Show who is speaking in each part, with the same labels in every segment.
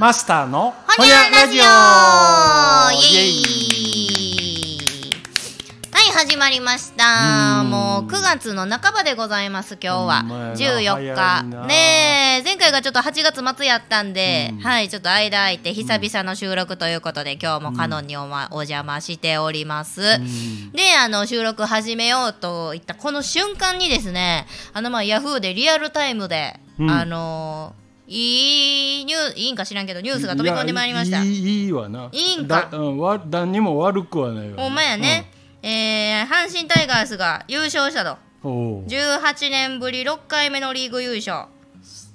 Speaker 1: マスターの
Speaker 2: ほにゃラジオイエイはい、始まりました。
Speaker 1: うん
Speaker 2: もう9月の半ばでござざいます今日
Speaker 1: ほんまや
Speaker 2: は
Speaker 1: な
Speaker 2: 14
Speaker 1: 早い
Speaker 2: 日
Speaker 1: な
Speaker 2: ねえ前回がちょっと8月末やったんで、
Speaker 1: うん
Speaker 2: はいちょっと間空いて久々の収録ということで今日もカノンにお,、ま、お邪魔しております、
Speaker 1: ん
Speaker 2: であの収録始めようといったこの瞬間にですねあのまあヤフーでリアルタイムで、
Speaker 1: うん
Speaker 2: あのいいニューいいんか知らんけどニュースが飛び込んでまいりました
Speaker 1: やいいいいわない
Speaker 2: いんか
Speaker 1: だうん、わ何にも悪くはないわ
Speaker 2: ほんまやね、、えー阪神タイガースが優勝したと
Speaker 1: うんおう
Speaker 2: 18年ぶり6回目のリーグ優勝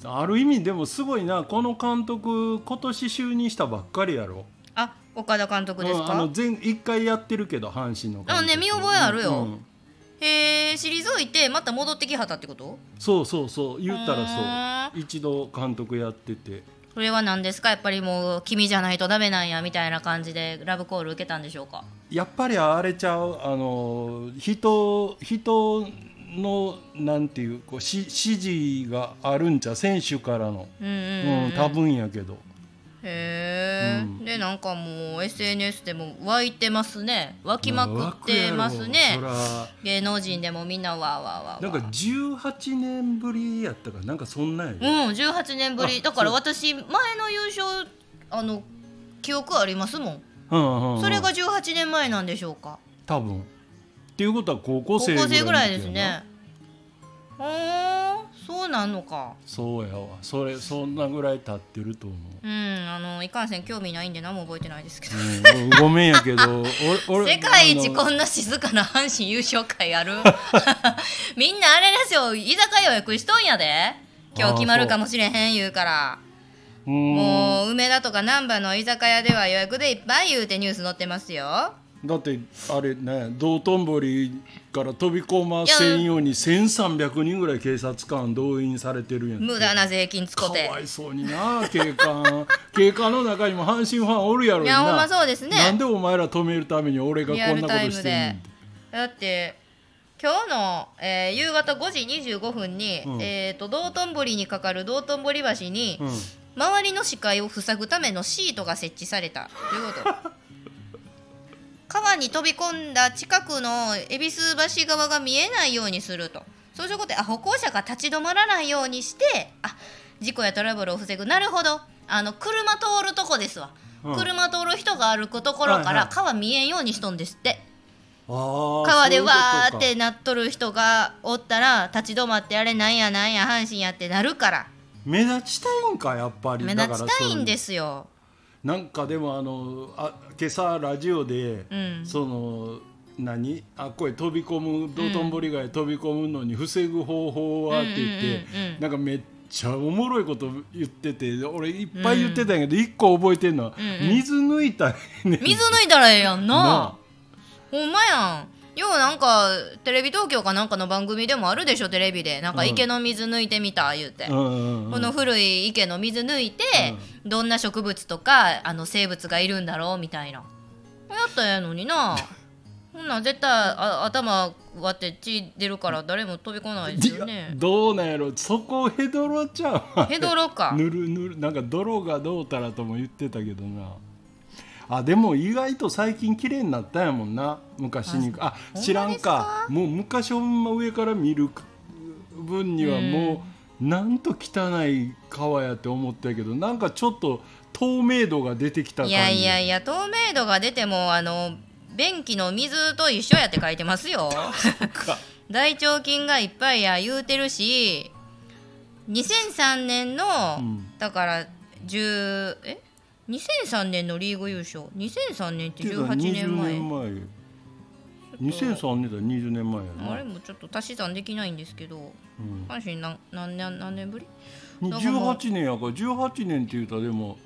Speaker 1: ある意味でもすごいなこの監督今年就任したばっかりやろ
Speaker 2: あ岡田監督です
Speaker 1: うんあ
Speaker 2: か
Speaker 1: の前一回やってるけど阪神の監督
Speaker 2: あね見覚えあるよ
Speaker 1: うん
Speaker 2: へえ退いてまた戻ってきはったってこと
Speaker 1: そうそうそう言ったら
Speaker 2: う
Speaker 1: そう一度監督やってて
Speaker 2: それは何ですかやっぱりもう君じゃないとダメなんやみたいな感じでラブコール受けたんでしょうか
Speaker 1: やっぱりあれちゃうあの人人のなんていうこうし指示があるんちゃう選手からの、
Speaker 2: うんうんう
Speaker 1: う
Speaker 2: ん、
Speaker 1: ん多分やけど
Speaker 2: へえ、
Speaker 1: うん
Speaker 2: でなんかもう SNS でも湧いてますね湧きまくってます
Speaker 1: う
Speaker 2: ね
Speaker 1: んわくやろそ
Speaker 2: 芸能人でもみんなわーわーわー
Speaker 1: ら
Speaker 2: わー
Speaker 1: なんか18年ぶりやったかなんかそんなんやで
Speaker 2: うん18年ぶり
Speaker 1: あ
Speaker 2: だから
Speaker 1: そう
Speaker 2: 私前の優勝あの記憶ありますもん
Speaker 1: うんうんうん
Speaker 2: それが18年前なんでしょうか
Speaker 1: 多分っていうことは高校
Speaker 2: 高
Speaker 1: 生
Speaker 2: 校生ぐらい
Speaker 1: の
Speaker 2: で
Speaker 1: 時
Speaker 2: す
Speaker 1: やな
Speaker 2: ねほーそうなんのか
Speaker 1: そうやわそれそんなぐらい経ってると思う
Speaker 2: うんあのいかんせん興味ないんで何も覚えてないですけど
Speaker 1: うんごめんやけ ど俺俺
Speaker 2: 世界一
Speaker 1: あの
Speaker 2: こんな静かな阪神優勝会ある みんなあれですよ居酒屋予約しとんやで今日決まるかもしれへん言うから
Speaker 1: うーん
Speaker 2: もう梅田とか難波の居酒屋では予約でいっぱい言うてニュース載ってますよ
Speaker 1: だってあれね道頓堀から飛び込ませんように1300人ぐらい警察官動員されてるんやって
Speaker 2: 無駄な税金使
Speaker 1: か
Speaker 2: って
Speaker 1: わいそうにな警官 警官の中にも阪神ファンおるやろ
Speaker 2: い
Speaker 1: に
Speaker 2: や
Speaker 1: な
Speaker 2: ほんまそうですね
Speaker 1: なんでお前ら止めるために俺が
Speaker 2: リ
Speaker 1: こ
Speaker 2: ア
Speaker 1: ん
Speaker 2: ル
Speaker 1: なこ
Speaker 2: タイム
Speaker 1: としてん
Speaker 2: で
Speaker 1: ねん
Speaker 2: だって今日の、えー夕方5時25分に、
Speaker 1: うん
Speaker 2: えー、と道頓堀にかかる道頓堀橋に、
Speaker 1: うん
Speaker 2: 周りの視界を塞ぐためのシートが設置されたという こと川に飛び込んだ近くの恵比寿橋側が見えないようにするとそういうことであ歩行者が立ち止まらないようにしてあ事故やトラブルを防ぐなるほどあの車通るとこですわ、
Speaker 1: うん
Speaker 2: 車通る人が歩くところか
Speaker 1: はい
Speaker 2: ら
Speaker 1: はい
Speaker 2: 川見えんようにしとんですって、
Speaker 1: ああ
Speaker 2: 川でわーっ
Speaker 1: そうい
Speaker 2: て
Speaker 1: うこ
Speaker 2: なっとる人がおったら立ち止まってあれなんやなんや阪神やってなるから
Speaker 1: とか目立ちたいんかやっぱり
Speaker 2: 目立ちたいんですすよ。
Speaker 1: なんかでもあのあ今朝ラジオで、
Speaker 2: うん
Speaker 1: その何あっこへ飛び込む道頓堀川へ飛び込むのに防ぐ方法はって言って、
Speaker 2: うんうんうんうん
Speaker 1: なんかめっちゃおもろいこと言ってて俺いっぱい言ってたんやけど、一個覚えてんのは、
Speaker 2: うんうん
Speaker 1: 水抜いたらええねん
Speaker 2: 水抜いたらええやんな
Speaker 1: な
Speaker 2: ほんまやんようなんかテレビ東京かなんかの番組でもあるでしょテレビでなんか
Speaker 1: うん
Speaker 2: 池の水抜いてみた言うて、
Speaker 1: うんうんうん
Speaker 2: この古い池の水抜いて、どんな植物とかあの生物がいるんだろうみたいなやったらええのに なほんなん絶対あ頭割って血出るから誰も飛びこないですよ
Speaker 1: いや
Speaker 2: ね
Speaker 1: どうなんやろそこヘドロちゃう
Speaker 2: ヘドロか
Speaker 1: ぬるぬるなんか泥がどうたらとも言ってたけどなあでも意外と最近綺麗になったんやもんな昔にあ
Speaker 2: ほんまですか
Speaker 1: 知らんかもう昔ほんま上から見る分にはもうなんと汚い川やって思ったけどなんかちょっと透明度が出てきた感
Speaker 2: い
Speaker 1: じ
Speaker 2: やいやいや透明度が出てもあの便器の水と一緒やって書いてますよ
Speaker 1: か
Speaker 2: 大腸菌がいっぱいや言うてるし2003年の、
Speaker 1: うん
Speaker 2: だから10え2003年のリーグ優勝2003年って18年前
Speaker 1: 20年前2003年だ20年前や
Speaker 2: あ
Speaker 1: な
Speaker 2: れもちょっと足し算できないんですけど
Speaker 1: うん
Speaker 2: 阪神何何年何年ぶりだからもう
Speaker 1: 18年やから18年って言うたらでも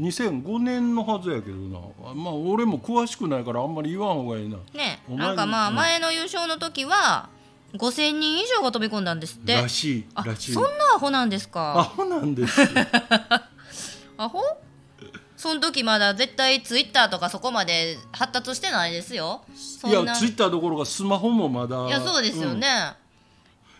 Speaker 1: 2005年のはずやけどなあまあ俺も詳しくないからあんまり言わんほうがいいな
Speaker 2: ね
Speaker 1: お前
Speaker 2: なんかまあ
Speaker 1: うん
Speaker 2: 前の優勝の時は5000人以上が飛び込んだんですって
Speaker 1: らしい
Speaker 2: あ
Speaker 1: らしい
Speaker 2: そんなアホなんです
Speaker 1: ア
Speaker 2: か
Speaker 1: ホなんです よ
Speaker 2: アホその時まだ絶対ツイッターとかそこまで発達してないですよそんない
Speaker 1: やツイッターどころかスマホもまだ
Speaker 2: いやそうですよね、
Speaker 1: うん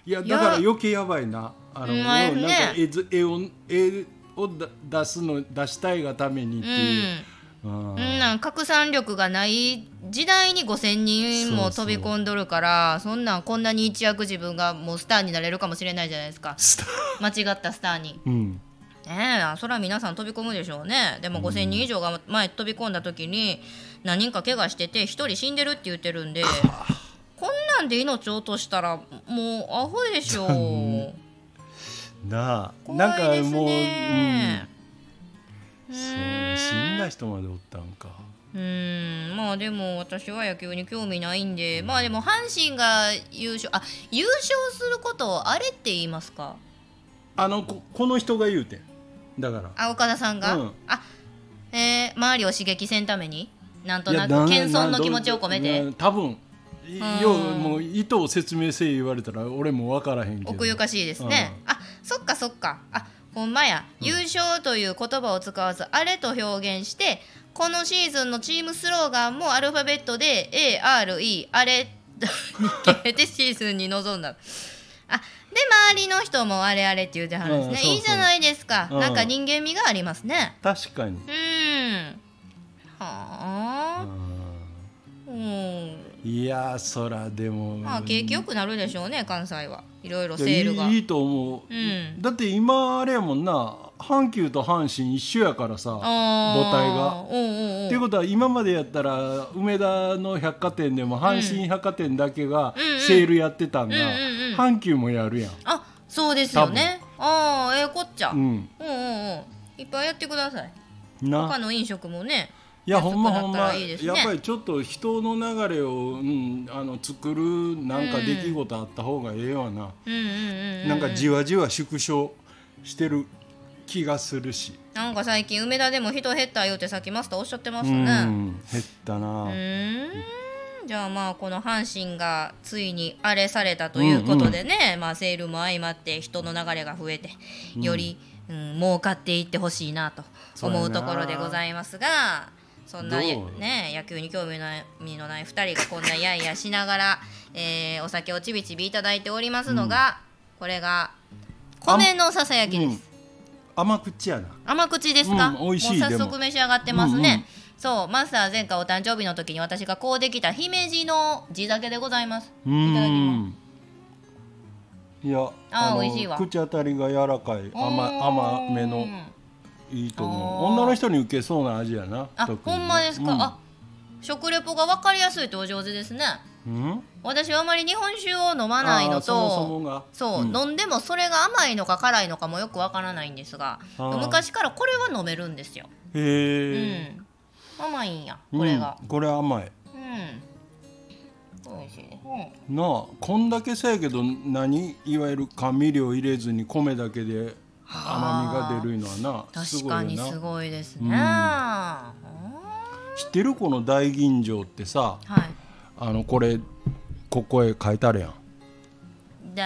Speaker 1: いやだから余計やばいなあの
Speaker 2: うんあれ
Speaker 1: うん
Speaker 2: ね
Speaker 1: なんか絵ず絵を絵をだ出すの出したいがためにって
Speaker 2: う
Speaker 1: いう、
Speaker 2: ん
Speaker 1: あ
Speaker 2: う
Speaker 1: ー
Speaker 2: んなん拡散力がない時代に5,000人も飛び込んどるからそんなんこんなに一躍自分がもうスターになれるかもしれないじゃないですか
Speaker 1: スタ
Speaker 2: 間違ったスターに。
Speaker 1: うん
Speaker 2: ねえそれは皆さん飛び込むでしょうねでも5,000人以上が前飛び込んだ時に何人か怪我してて1人死んでるって言ってるんでこんなんで命落としたらもうアホでしょう。
Speaker 1: なあ
Speaker 2: 怖いで
Speaker 1: なん
Speaker 2: す
Speaker 1: かもう、うん、
Speaker 2: ね
Speaker 1: そう
Speaker 2: ーん
Speaker 1: 死んだ人までおったんか
Speaker 2: うーんまあでも私は野球に興味ないんでまあでも阪神が優勝あ優勝することをあれって言いますか
Speaker 1: あのここの人が言うてんだから
Speaker 2: あ岡田さんが、
Speaker 1: うん
Speaker 2: あえー、周りを刺激せんためになんと
Speaker 1: い
Speaker 2: な
Speaker 1: や
Speaker 2: く
Speaker 1: な
Speaker 2: 謙遜
Speaker 1: な
Speaker 2: の気持ちを込め
Speaker 1: ど
Speaker 2: て
Speaker 1: う多分い
Speaker 2: うん
Speaker 1: ようもう意図を説明せえ言われたら俺も分からへんけど
Speaker 2: 奥ゆかしいですね、あそっかそっかあほんまや、優勝という言葉を使わずあれと表現してこのシーズンのチームスローガンもアルファベットで ARE あれに決めてシーズンに臨んだあで周りの人もあれあれって言うてはるんですね、
Speaker 1: うんそうそう
Speaker 2: いいじゃないですか、
Speaker 1: うん
Speaker 2: なんか人間味がありますね
Speaker 1: 確かに
Speaker 2: うんはあうん
Speaker 1: いやーそらでも
Speaker 2: まあ景気良くなるでしょうね関西はいろいろセールが
Speaker 1: いやいいいいと思う、
Speaker 2: うん
Speaker 1: だって今あれやもんな阪急と阪神一緒やからさ母体が
Speaker 2: 母体が。うんうんうん
Speaker 1: っていうことは今までやったら梅田の百貨店でも阪神百貨店だけが
Speaker 2: うんうん
Speaker 1: セールやってたんが
Speaker 2: うんうんうん
Speaker 1: 阪急もやるやん、
Speaker 2: あそうですよね。ああええこっちゃ。う
Speaker 1: うんん、
Speaker 2: うんうん。いっぱいやってください。他
Speaker 1: な
Speaker 2: の飲食もね。
Speaker 1: いや
Speaker 2: 安
Speaker 1: ほ
Speaker 2: く
Speaker 1: んまほ
Speaker 2: な
Speaker 1: ん
Speaker 2: った
Speaker 1: ま
Speaker 2: らいいですね
Speaker 1: やっぱりちょっと人の流れを、うん、あの作るなんか出来事あった方がええわ
Speaker 2: う
Speaker 1: な、
Speaker 2: んうんうんうん。
Speaker 1: なんかじわじわ縮小してる気がするし、
Speaker 2: なんか最近梅田でも人減ったよってさっきマスターおっしゃってまし
Speaker 1: う
Speaker 2: た
Speaker 1: ん
Speaker 2: ね。
Speaker 1: 減ったな、
Speaker 2: うーん。じゃあまあこの阪神がついにあれされたということでね、まあセールも相まって人の流れが増えてより、うん儲かっていってほしいなと思うところでございますがそんな
Speaker 1: どう
Speaker 2: やね野球に興味のない味のない2人がこんなやいやしながら、えーお酒をちびちびいただいておりますのが、これが米のささやきです。
Speaker 1: 甘口やな
Speaker 2: 甘口ですか、
Speaker 1: うん美味しい
Speaker 2: もう早
Speaker 1: で
Speaker 2: 速
Speaker 1: も
Speaker 2: 召し上がってます
Speaker 1: うんうん
Speaker 2: ね、そうマスター前回お誕生日の時に私がこうできた姫路の地酒でございます
Speaker 1: う
Speaker 2: いただき
Speaker 1: んいや
Speaker 2: あー
Speaker 1: の
Speaker 2: 美味しいわ
Speaker 1: 口当たりが柔らかい甘甘め
Speaker 2: う
Speaker 1: の
Speaker 2: ん
Speaker 1: いいと思
Speaker 2: あー
Speaker 1: う女の人に受けそうな味やな
Speaker 2: あ
Speaker 1: 特
Speaker 2: ほ
Speaker 1: に
Speaker 2: んまですか、
Speaker 1: うん
Speaker 2: あ食レポが分かりやすいとお上手ですね
Speaker 1: うん
Speaker 2: 私はあまり日本酒を飲まないの
Speaker 1: あー
Speaker 2: と
Speaker 1: そもそもが
Speaker 2: そう、
Speaker 1: ん
Speaker 2: 飲んでもそれが甘いのか辛いのかもよくわからないんですが
Speaker 1: あー
Speaker 2: 昔からこれは飲めるんですよ、う
Speaker 1: へえ、
Speaker 2: ん、甘いんや
Speaker 1: うん
Speaker 2: これが
Speaker 1: これ甘い
Speaker 2: うん、美味しいです、うん
Speaker 1: なあこんだけせやけど何いわゆる甘味料入れずに米だけで甘みが出るのはなす
Speaker 2: 確
Speaker 1: ごいよ
Speaker 2: かに
Speaker 1: な
Speaker 2: すごいですね、
Speaker 1: う
Speaker 2: う
Speaker 1: ん
Speaker 2: んは
Speaker 1: 知ってるこの大吟醸ってさあのこれここへ書いてあるやん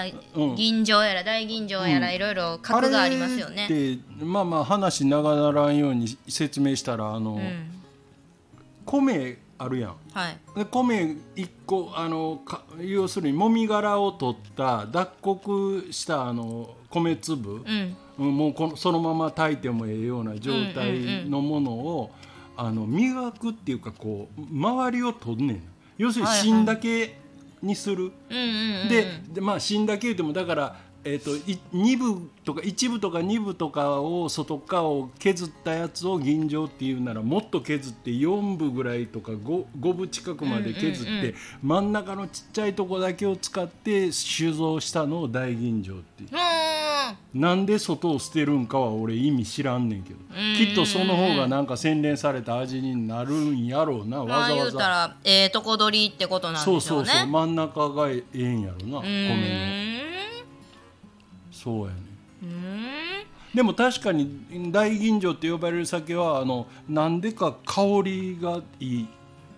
Speaker 2: い大
Speaker 1: うん
Speaker 2: 銀醸やら大銀醸やらいろいろ格がありますよ
Speaker 1: あ
Speaker 2: ね、
Speaker 1: れってまあまあ話長ならんように説明したらあの、
Speaker 2: うん
Speaker 1: 米あるやん
Speaker 2: はい
Speaker 1: で米一個あのか要するにもみ殻を取った脱穀したあの米
Speaker 2: う
Speaker 1: 粒、
Speaker 2: ん
Speaker 1: うんもうこのそのまま炊いてもええような状態のものを、あの磨くっていうかこう周りを取んねん要するに
Speaker 2: はいはい
Speaker 1: 芯だけにする、
Speaker 2: うんうんうん
Speaker 1: ででまあ芯だけ言うてもだから、えー、とい2部とか1部とか2部とかを外側を削ったやつを銀杖っていうならもっと削って4部ぐらいとか 5, 5部近くまで削って、
Speaker 2: うんうんうん
Speaker 1: 真ん中のちっちゃいとこだけを使って酒造したのを大銀杖っていう。
Speaker 2: うーん
Speaker 1: なんで外を捨てるんかは俺意味知らんねんけど
Speaker 2: うん
Speaker 1: きっとその方がなんか洗練された味になるんやろうな
Speaker 2: ま
Speaker 1: わ
Speaker 2: あ
Speaker 1: ざ
Speaker 2: 言
Speaker 1: わ
Speaker 2: うた
Speaker 1: ざ
Speaker 2: らええとこ取りってことなん
Speaker 1: そう
Speaker 2: でしょ
Speaker 1: そうう
Speaker 2: ね
Speaker 1: そう真ん中がええんやろな
Speaker 2: う
Speaker 1: 米の
Speaker 2: ーん
Speaker 1: そうやね
Speaker 2: うーん
Speaker 1: でも確かに大吟醸って呼ばれる酒はあのなんでか香りがいい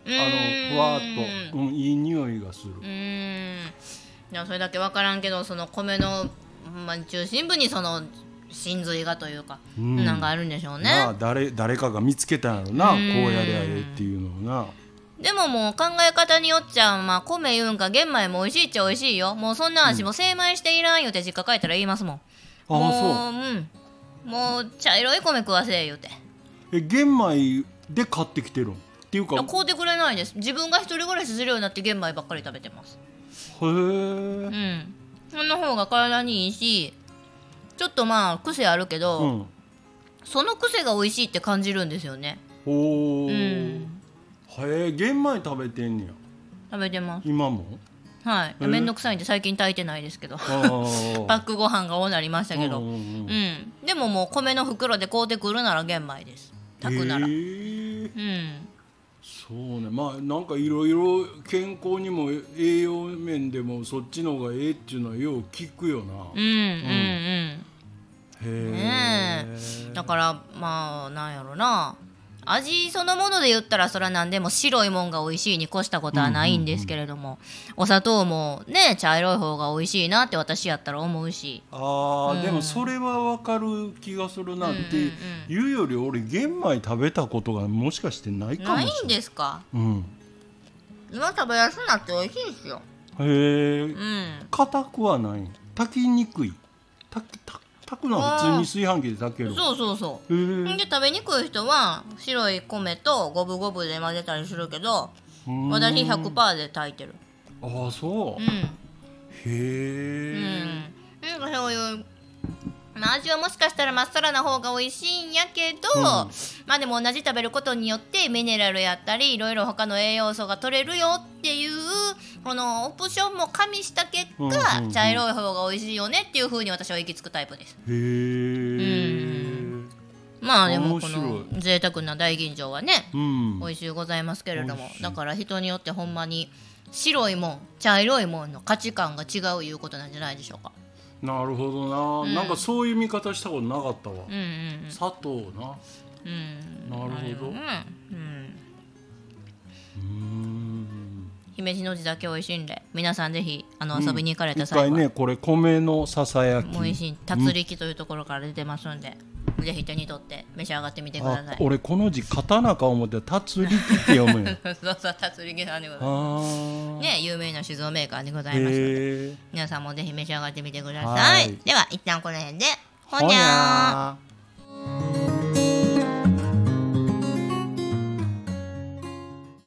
Speaker 1: あのふわーっと、うん、いい匂いがする
Speaker 2: うーんじゃあそれだけ分からんけどその米の、まあ、中心部にその真髄がというか、
Speaker 1: うん
Speaker 2: なんかあるんでしょう
Speaker 1: なあ
Speaker 2: ね
Speaker 1: 誰誰かが見つけたんやろなこ
Speaker 2: う
Speaker 1: うんやりゃええっていうのをな
Speaker 2: でももう考え方によっちゃ、まあ、米言うんか玄米も美味しいっちゃ美味しいよもうそんな足も精米していらんよって実家帰ったら言いますもん
Speaker 1: ああそう
Speaker 2: もううんもう茶色い米食わせえ言うて
Speaker 1: え玄米で買ってきてるんっていうか
Speaker 2: いや
Speaker 1: へ
Speaker 2: 買うてくれないです自分が一人暮らしするようになって玄米ばっかり食べてますう
Speaker 1: え
Speaker 2: んその方が体にいいしちょっとまあ癖あるけど、
Speaker 1: うん
Speaker 2: その癖が美味しいって感じるんですよね
Speaker 1: おお、
Speaker 2: う
Speaker 1: へ
Speaker 2: ん
Speaker 1: え玄米食べてんねや
Speaker 2: 食べてます
Speaker 1: 今も
Speaker 2: はい
Speaker 1: え
Speaker 2: 面倒くさいんで最近炊いてないですけど
Speaker 1: あー
Speaker 2: パックご飯が多なりましたけど
Speaker 1: うん
Speaker 2: う
Speaker 1: うんうん
Speaker 2: んでももう米の袋で買うてくるなら玄米です炊くなら
Speaker 1: へ
Speaker 2: う
Speaker 1: え
Speaker 2: ん
Speaker 1: そうねまあなんかいろいろ健康にも栄養面でもそっちの方がええっていうのはよう聞くよな、
Speaker 2: うんうん
Speaker 1: へ
Speaker 2: うん
Speaker 1: え、
Speaker 2: ねだからまあなんやろな味そのもので言ったらそれは何でも白いもんが美味しいに越したことはないんですけれども、お砂糖もね茶色い方が美味しいなって私やったら思うし
Speaker 1: あー、
Speaker 2: うん
Speaker 1: でもそれはわかる気がするなって、
Speaker 2: うんうんうん
Speaker 1: 言うより俺玄米食べたことがもしかしてないかも
Speaker 2: な
Speaker 1: しれない
Speaker 2: いんですか
Speaker 1: うん、
Speaker 2: 今食べやすくなって美味しいですよ
Speaker 1: へえ
Speaker 2: うん
Speaker 1: 硬くはない炊きにくい炊き炊炊くのは普通に炊飯器で炊ける
Speaker 2: そうそうそ
Speaker 1: へ
Speaker 2: うで
Speaker 1: え
Speaker 2: 食べにくい人は白い米と五分五分で混ぜたりするけど
Speaker 1: うん
Speaker 2: 私100%で炊いてる
Speaker 1: ああそうう、
Speaker 2: ん
Speaker 1: へえ、
Speaker 2: うん、なんかそういう、まあ、味はもしかしたらまっさらな方が美味しいんやけど、
Speaker 1: うん
Speaker 2: まあでも同じ食べることによってミネラルやったりいろいろ他の栄養素が取れるよっていうこのオプションも加味した結果、
Speaker 1: うんうんうん
Speaker 2: 茶色い方が美味しいよねっていう風に私は行き着くタイプです。
Speaker 1: へえ
Speaker 2: まあでもこ
Speaker 1: 面
Speaker 2: の
Speaker 1: 白
Speaker 2: 贅沢な大吟醸はね
Speaker 1: うん
Speaker 2: 美味しゅうございますけれど
Speaker 1: 美
Speaker 2: も
Speaker 1: 味しい
Speaker 2: だから人によってほんまに白いもん茶色いもんの価値観が違ういうことなんじゃないでしょうか。
Speaker 1: なるほどな、
Speaker 2: うん
Speaker 1: なんかそういう見方したことなかったわ、
Speaker 2: うんうんうん
Speaker 1: 砂糖な
Speaker 2: うん
Speaker 1: なるほど
Speaker 2: あれうんうん
Speaker 1: うーん
Speaker 2: 姫路の地だけ美味しいんで皆さんぜひあの
Speaker 1: うん
Speaker 2: 遊びに行かれ
Speaker 1: い
Speaker 2: た
Speaker 1: っ
Speaker 2: 際
Speaker 1: ぱ
Speaker 2: は、
Speaker 1: いねこれ米のささやき
Speaker 2: もう美味しい達力というところから出てますんで、ぜひ手に取って召し上がってみてくださ
Speaker 1: あ
Speaker 2: いそう
Speaker 1: 俺この字刀か思って「たつりき」って読 むよ
Speaker 2: そう達力さんでございま
Speaker 1: あ
Speaker 2: す
Speaker 1: ー
Speaker 2: ね有名な酒造メーカーでございますので、
Speaker 1: へえ
Speaker 2: 皆さんもぜひ召し上がってみてくださ
Speaker 1: はい
Speaker 2: いでは一旦この辺でほ
Speaker 1: ほ
Speaker 2: に
Speaker 1: に
Speaker 2: ゃー
Speaker 1: ゃー